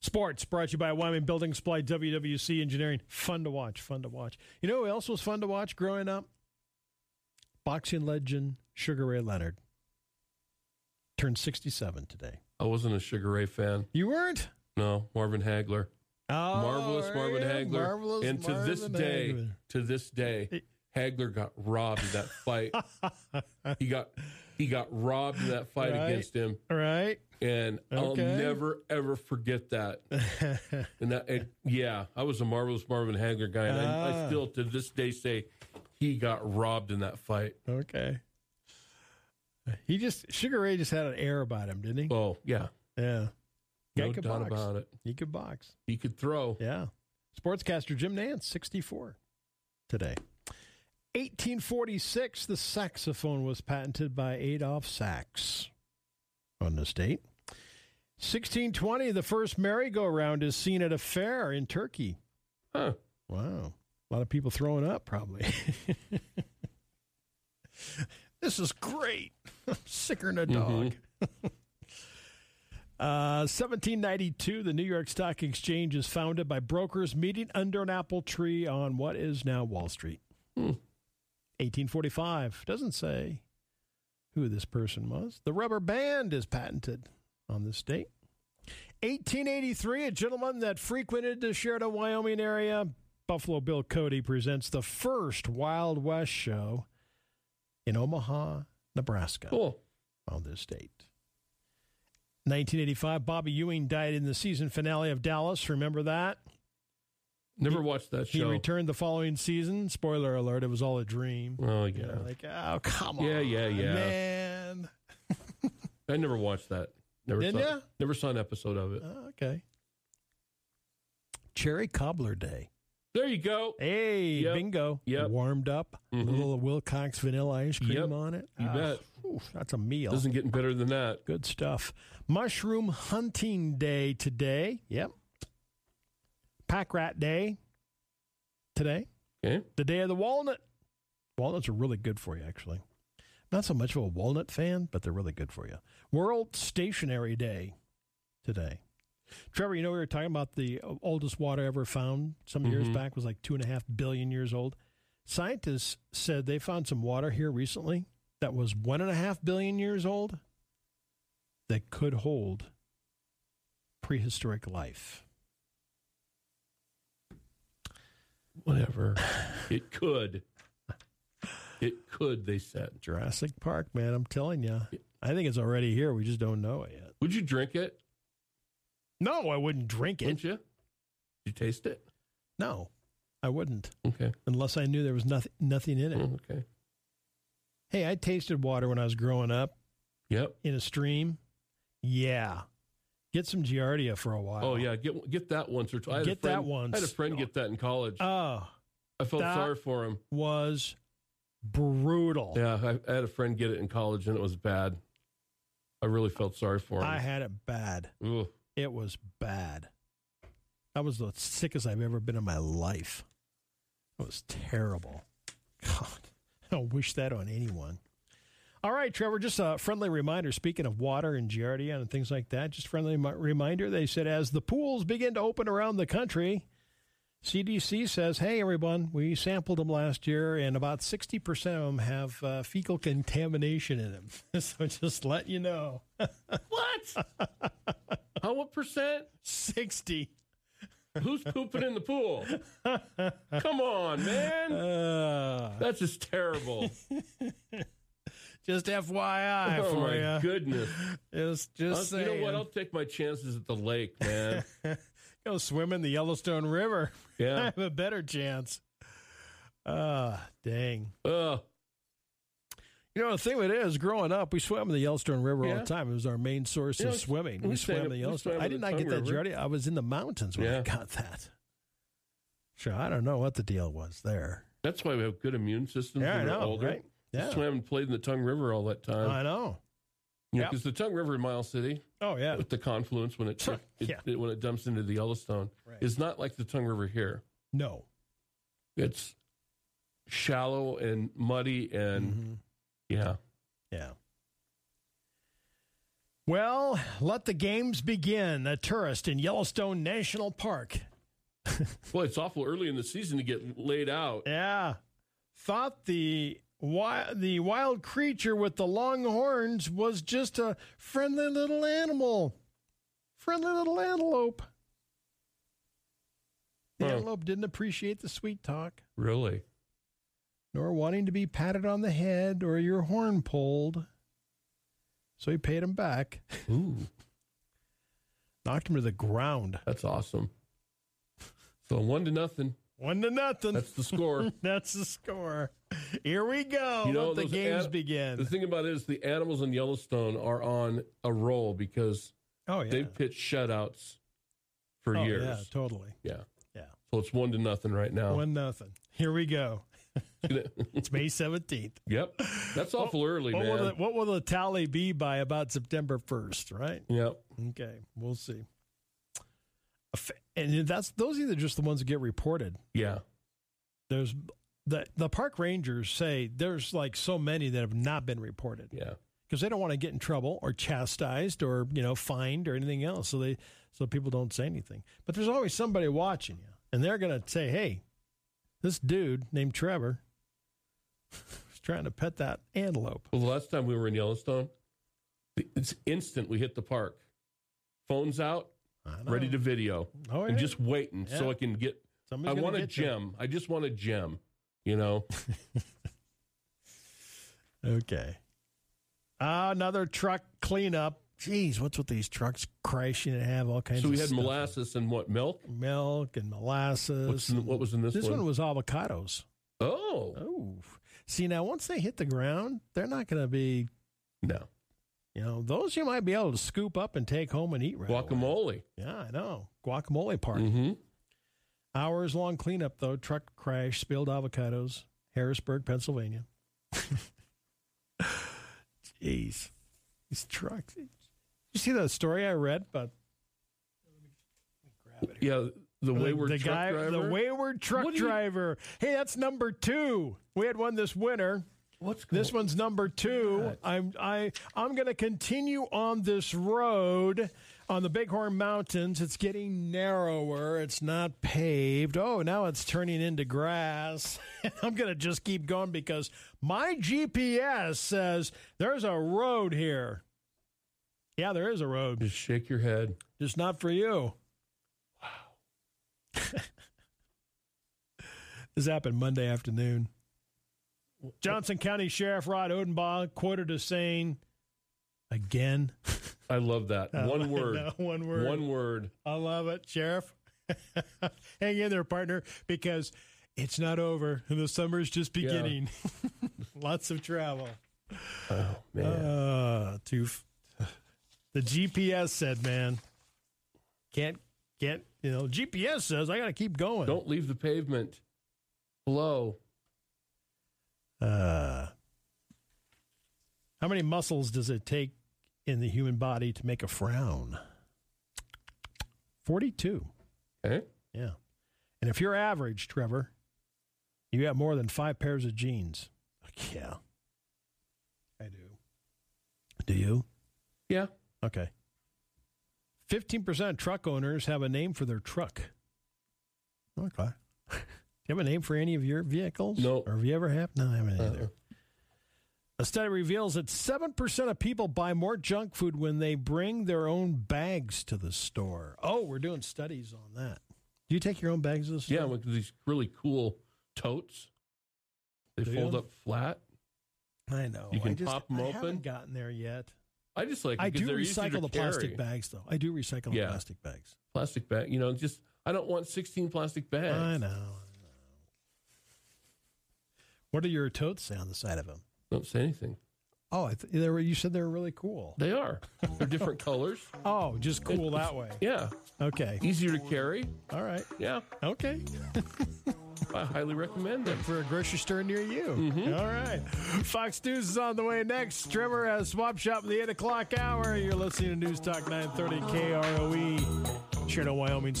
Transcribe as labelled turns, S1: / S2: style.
S1: Sports brought to you by Wyoming Building Supply, WWC Engineering. Fun to watch, fun to watch. You know who else was fun to watch growing up? Boxing legend Sugar Ray Leonard. Turned 67 today.
S2: I wasn't a Sugar Ray fan.
S1: You weren't?
S2: No, Marvin Hagler.
S1: Oh,
S2: Marvelous
S1: there
S2: Marvin
S1: you go.
S2: Hagler.
S1: Marvelous
S2: and to this
S1: Marvin
S2: day,
S1: Hagler.
S2: to this day, Hagler got robbed of that fight. he got he got robbed of that fight
S1: Right.
S2: against him,
S1: All right.
S2: and
S1: Okay.
S2: I'll never ever forget that. And that, and yeah, I was a marvelous Marvin Hagler guy, and I,
S1: Ah.
S2: I still to this day say he got robbed in that fight.
S1: okay. He just, Sugar Ray just had an air about him, didn't he?
S2: Oh yeah,
S1: yeah. Guy
S2: no
S1: could
S2: doubt
S1: box.
S2: about it.
S1: He could box.
S2: He could throw.
S1: Yeah. Sportscaster Jim Nance, 64 today. 1846, the saxophone was patented by Adolph Sax on this date. 1620, the first merry-go-round is seen at a fair in Turkey.
S2: Huh.
S1: Wow. A lot of people throwing up, probably. this is great. I'm sicker than a dog. Uh, 1792, the New York Stock Exchange is founded by brokers meeting under an apple tree on what is now Wall Street.
S2: Hmm.
S1: 1845, doesn't say who this person was. The rubber band is patented on this date. 1883, a gentleman that frequented the Sheridan, Wyoming area, Buffalo Bill Cody, presents the first Wild West show in Omaha, Nebraska
S2: Cool.
S1: on this date. 1985, Bobby Ewing died in the season finale of Dallas. Remember that?
S2: Never watched that
S1: He
S2: show.
S1: returned the following season. Spoiler alert, it was all a dream.
S2: oh
S1: You know,
S2: yeah,
S1: like, oh, come on.
S2: Yeah, yeah, yeah.
S1: Man.
S2: I never watched that. Never
S1: Didn't
S2: saw,
S1: ya?
S2: Never saw an episode of it.
S1: Oh, okay. Cherry Cobbler Day.
S2: There you go.
S1: Hey,
S2: Yep.
S1: bingo.
S2: Yep.
S1: Warmed up.
S2: Mhm.
S1: little Wilcox vanilla ice cream
S2: Yep.
S1: on it.
S2: You
S1: Ah,
S2: bet.
S1: whew, that's a meal.
S2: Doesn't get better than that.
S1: Good stuff. Mushroom hunting day today. Yep. Pack rat day today.
S2: Okay.
S1: The day of the walnut. Walnuts are really good for you, actually. Not so much of a walnut fan, but they're really good for you. World Stationary Day today. Trevor, you know, we were talking about the oldest water ever found some years
S2: Mhm.
S1: back was like two and a half billion years old. Scientists said they found some water here recently that was one and a half billion years old that could hold prehistoric life.
S2: Whatever. it could. It could, they said.
S1: Jurassic Park, man, I'm telling you. I think it's already here. We just don't know it yet.
S2: Would you drink it?
S1: No, I wouldn't drink it.
S2: Wouldn't you? Did you taste it?
S1: No, I wouldn't
S2: Okay.
S1: unless I knew there was nothing nothing in it.
S2: Oh, okay.
S1: Hey, I tasted water when I was growing up
S2: Yep.
S1: in a stream. Yeah, get some Giardia for a while.
S2: Oh yeah, get get that once or twice.
S1: Get that
S2: I had a
S1: once.
S2: friend get that in college.
S1: Oh,
S2: I felt
S1: that-
S2: sorry for him.
S1: was brutal.
S2: Yeah, I, I had a friend get it in college and it was bad. I really felt sorry for him.
S1: I had it bad.
S2: Ugh.
S1: It was bad. That was the sickest I've ever been in my life. It was terrible. God, I don't wish that on anyone. All right, Trevor, just a friendly reminder. Speaking of water and Giardia and things like that, just friendly mi- reminder. They said as the pools begin to open around the country, CDC says, hey, everyone, we sampled them last year, and about 60% of them have uh, fecal contamination in them. so just let you know.
S2: What? How what percent?
S1: 60.
S2: Who's pooping in the pool? Come on, man.
S1: Uh,
S2: That's just terrible.
S1: Just FYI
S2: oh
S1: for
S2: my
S1: you.
S2: goodness.
S1: Just, just
S2: I'll- you
S1: saying.
S2: know what? I'll take my chances at the lake, man.
S1: Go swim in the Yellowstone River. I
S2: yeah.
S1: have a better chance. Ah, dang.
S2: Ugh.
S1: You know, the thing with it is, growing up, we swam in the Yellowstone River all
S2: Yeah.
S1: the time. It was our main source
S2: Yeah,
S1: of
S2: we-
S1: swimming.
S2: we
S1: We swam
S2: swam-
S1: in the
S2: we
S1: Yellowstone.
S2: swam
S1: I
S2: in
S1: did
S2: the
S1: not get
S2: Tongue
S1: that
S2: River.
S1: journey. I was in the mountains when I
S2: Yeah.
S1: got that. Sure, I don't know what the deal was there.
S2: That's why we have good immune systems
S1: Yeah, I
S2: when we're
S1: know,
S2: older.
S1: right?
S2: We
S1: Yeah,
S2: Swam uh, and played in the Tongue River all that time.
S1: I know. yeah.
S2: Because the Tongue River in Miles City,
S1: Oh yeah,
S2: with the confluence when it,
S1: Huh,
S2: it-
S1: yeah.
S2: it- when it dumps into the Yellowstone,
S1: Right.
S2: is not like the Tongue River here.
S1: no.
S2: It's shallow and
S1: Mm-hmm.
S2: muddy and
S1: Mhm.
S2: yeah.
S1: Yeah. Well, let the games begin. A tourist in Yellowstone National Park.
S2: Well, it's awful early in the season to get laid out.
S1: Yeah. Thought the wi- the wild creature with the long horns was just a friendly little animal. Friendly little antelope. The
S2: Huh.
S1: antelope didn't appreciate the sweet talk,
S2: Really?
S1: nor wanting to be patted on the head or your horn pulled. So he paid him back,
S2: Ooh,
S1: knocked him to the ground.
S2: that's awesome. So one to nothing.
S1: One to nothing.
S2: That's the score.
S1: That's the score. Here we go.
S2: You know,
S1: Let the
S2: those
S1: games
S2: an-
S1: begin.
S2: the thing about it is the animals in Yellowstone are on a roll because
S1: oh yeah.
S2: they've pitched shutouts for
S1: Oh,
S2: years. Oh.
S1: Yeah, totally.
S2: Yeah.
S1: Yeah.
S2: So it's one to nothing right now.
S1: One nothing. Here we go. It's May seventeenth.
S2: yep. That's awful early,
S1: What
S2: man.
S1: will, the, what will the tally be by about September first? Right.
S2: Yep.
S1: Okay, we'll see. A fa- And that's those are just the ones that get reported.
S2: Yeah.
S1: There's the the park rangers say there's like so many that have not been reported.
S2: Yeah.
S1: because they don't want to get in trouble or chastised or you know fined or anything else. So they so people don't say anything. But there's always somebody watching you, and they're gonna say, "Hey, this dude named Trevor was trying to pet that antelope."
S2: Well, the last time we were in Yellowstone, it's instant we hit the park. Phones out,
S1: I know.
S2: ready to video.
S1: Oh,
S2: I'm
S1: yeah.
S2: just waiting so
S1: Yeah.
S2: I can get.
S1: Somebody's
S2: I
S1: gonna
S2: want a
S1: get you.
S2: gem. I just want a gem. You know,
S1: Okay. Ah, another truck cleanup. Jeez, what's with these trucks crashing and have all kinds
S2: so
S1: of
S2: we had
S1: stuff.
S2: molasses and what milk?
S1: milk and molasses.
S2: What's in, what was in this,
S1: this
S2: one?
S1: one was avocados.
S2: oh
S1: Oh, see now, once they hit the ground, they're not going to be.
S2: no,
S1: You know, those you might be able to scoop up and take home and eat right. away.
S2: guacamole.
S1: Yeah, I know. Guacamole party.
S2: Mm-hmm.
S1: Hours long cleanup though. Truck crash, spilled avocados, Harrisburg, Pennsylvania. Jeez, these trucks. You see that story I read about
S2: Yeah, the wayward
S1: the
S2: truck
S1: guy,
S2: driver.
S1: the wayward truck
S2: What do you-
S1: driver. Hey, that's number two. We had one this winter.
S2: What's
S1: This one's number two. I'm I I'm going to continue on this road on the Bighorn Mountains. It's getting narrower. It's not paved. Oh, now it's turning into grass. I'm going to just keep going because my GPS says there's a road here. Yeah, there is a road,
S2: Just shake your head.
S1: just not for you. Wow. this happened Monday afternoon. Johnson County Sheriff Rod Odenbaugh quoted as saying, "Again,
S2: I love that. One word.
S1: No, one Oh, word,
S2: One word.
S1: I love it, Sheriff. Hang in there, partner, because it's not over, and the summer's just
S2: Yeah.
S1: beginning. Lots of travel.
S2: Oh man.
S1: Uh, too. f- the GPS said, "Man, can't, can't." You know, GPS says I got to keep going.
S2: Don't leave the pavement. Below.
S1: Uh, how many muscles does it take in the human body to make a frown? 42.
S2: Okay.
S1: Yeah. And if you're average, Trevor, you have more than five pairs of jeans. Like, yeah. I do. Do you?
S2: Yeah.
S1: Okay. 15% of truck owners have a name for their truck. Okay. do you have a name for any of your vehicles?
S2: No.
S1: Or have you ever had? No, I haven't either.
S2: Uh-uh.
S1: A study reveals that 7% of people buy more junk food when they bring their own bags to the store. Oh, we're doing studies on that. Do you take your own bags to the store?
S2: Yeah, with these really cool totes. They
S1: Do
S2: fold
S1: you?
S2: up flat.
S1: I know.
S2: You can
S1: I just,
S2: pop 'em
S1: I
S2: open.
S1: haven't gotten there yet.
S2: I just like. it
S1: I
S2: 'cause
S1: do
S2: they're easy to
S1: recycle the
S2: carry.
S1: plastic bags, though. I do recycle
S2: Yeah.
S1: the plastic bags.
S2: Plastic bag. You know, just I don't want sixteen plastic bags.
S1: I know. I know. What do your totes say on the side of them?
S2: Don't say anything.
S1: Oh, I th- they were, you said they were really cool.
S2: They are. They're different colors.
S1: Oh, just cool that way.
S2: Yeah.
S1: Okay.
S2: Easier to carry.
S1: All right.
S2: Yeah.
S1: Okay.
S2: I highly recommend them.
S1: for a grocery store near you. All right. Fox News is on the way next. Trevor has Swap Shop in the E. 8 o'clock hour. You're listening to News Talk 930 KROE, Sharon, Wyoming.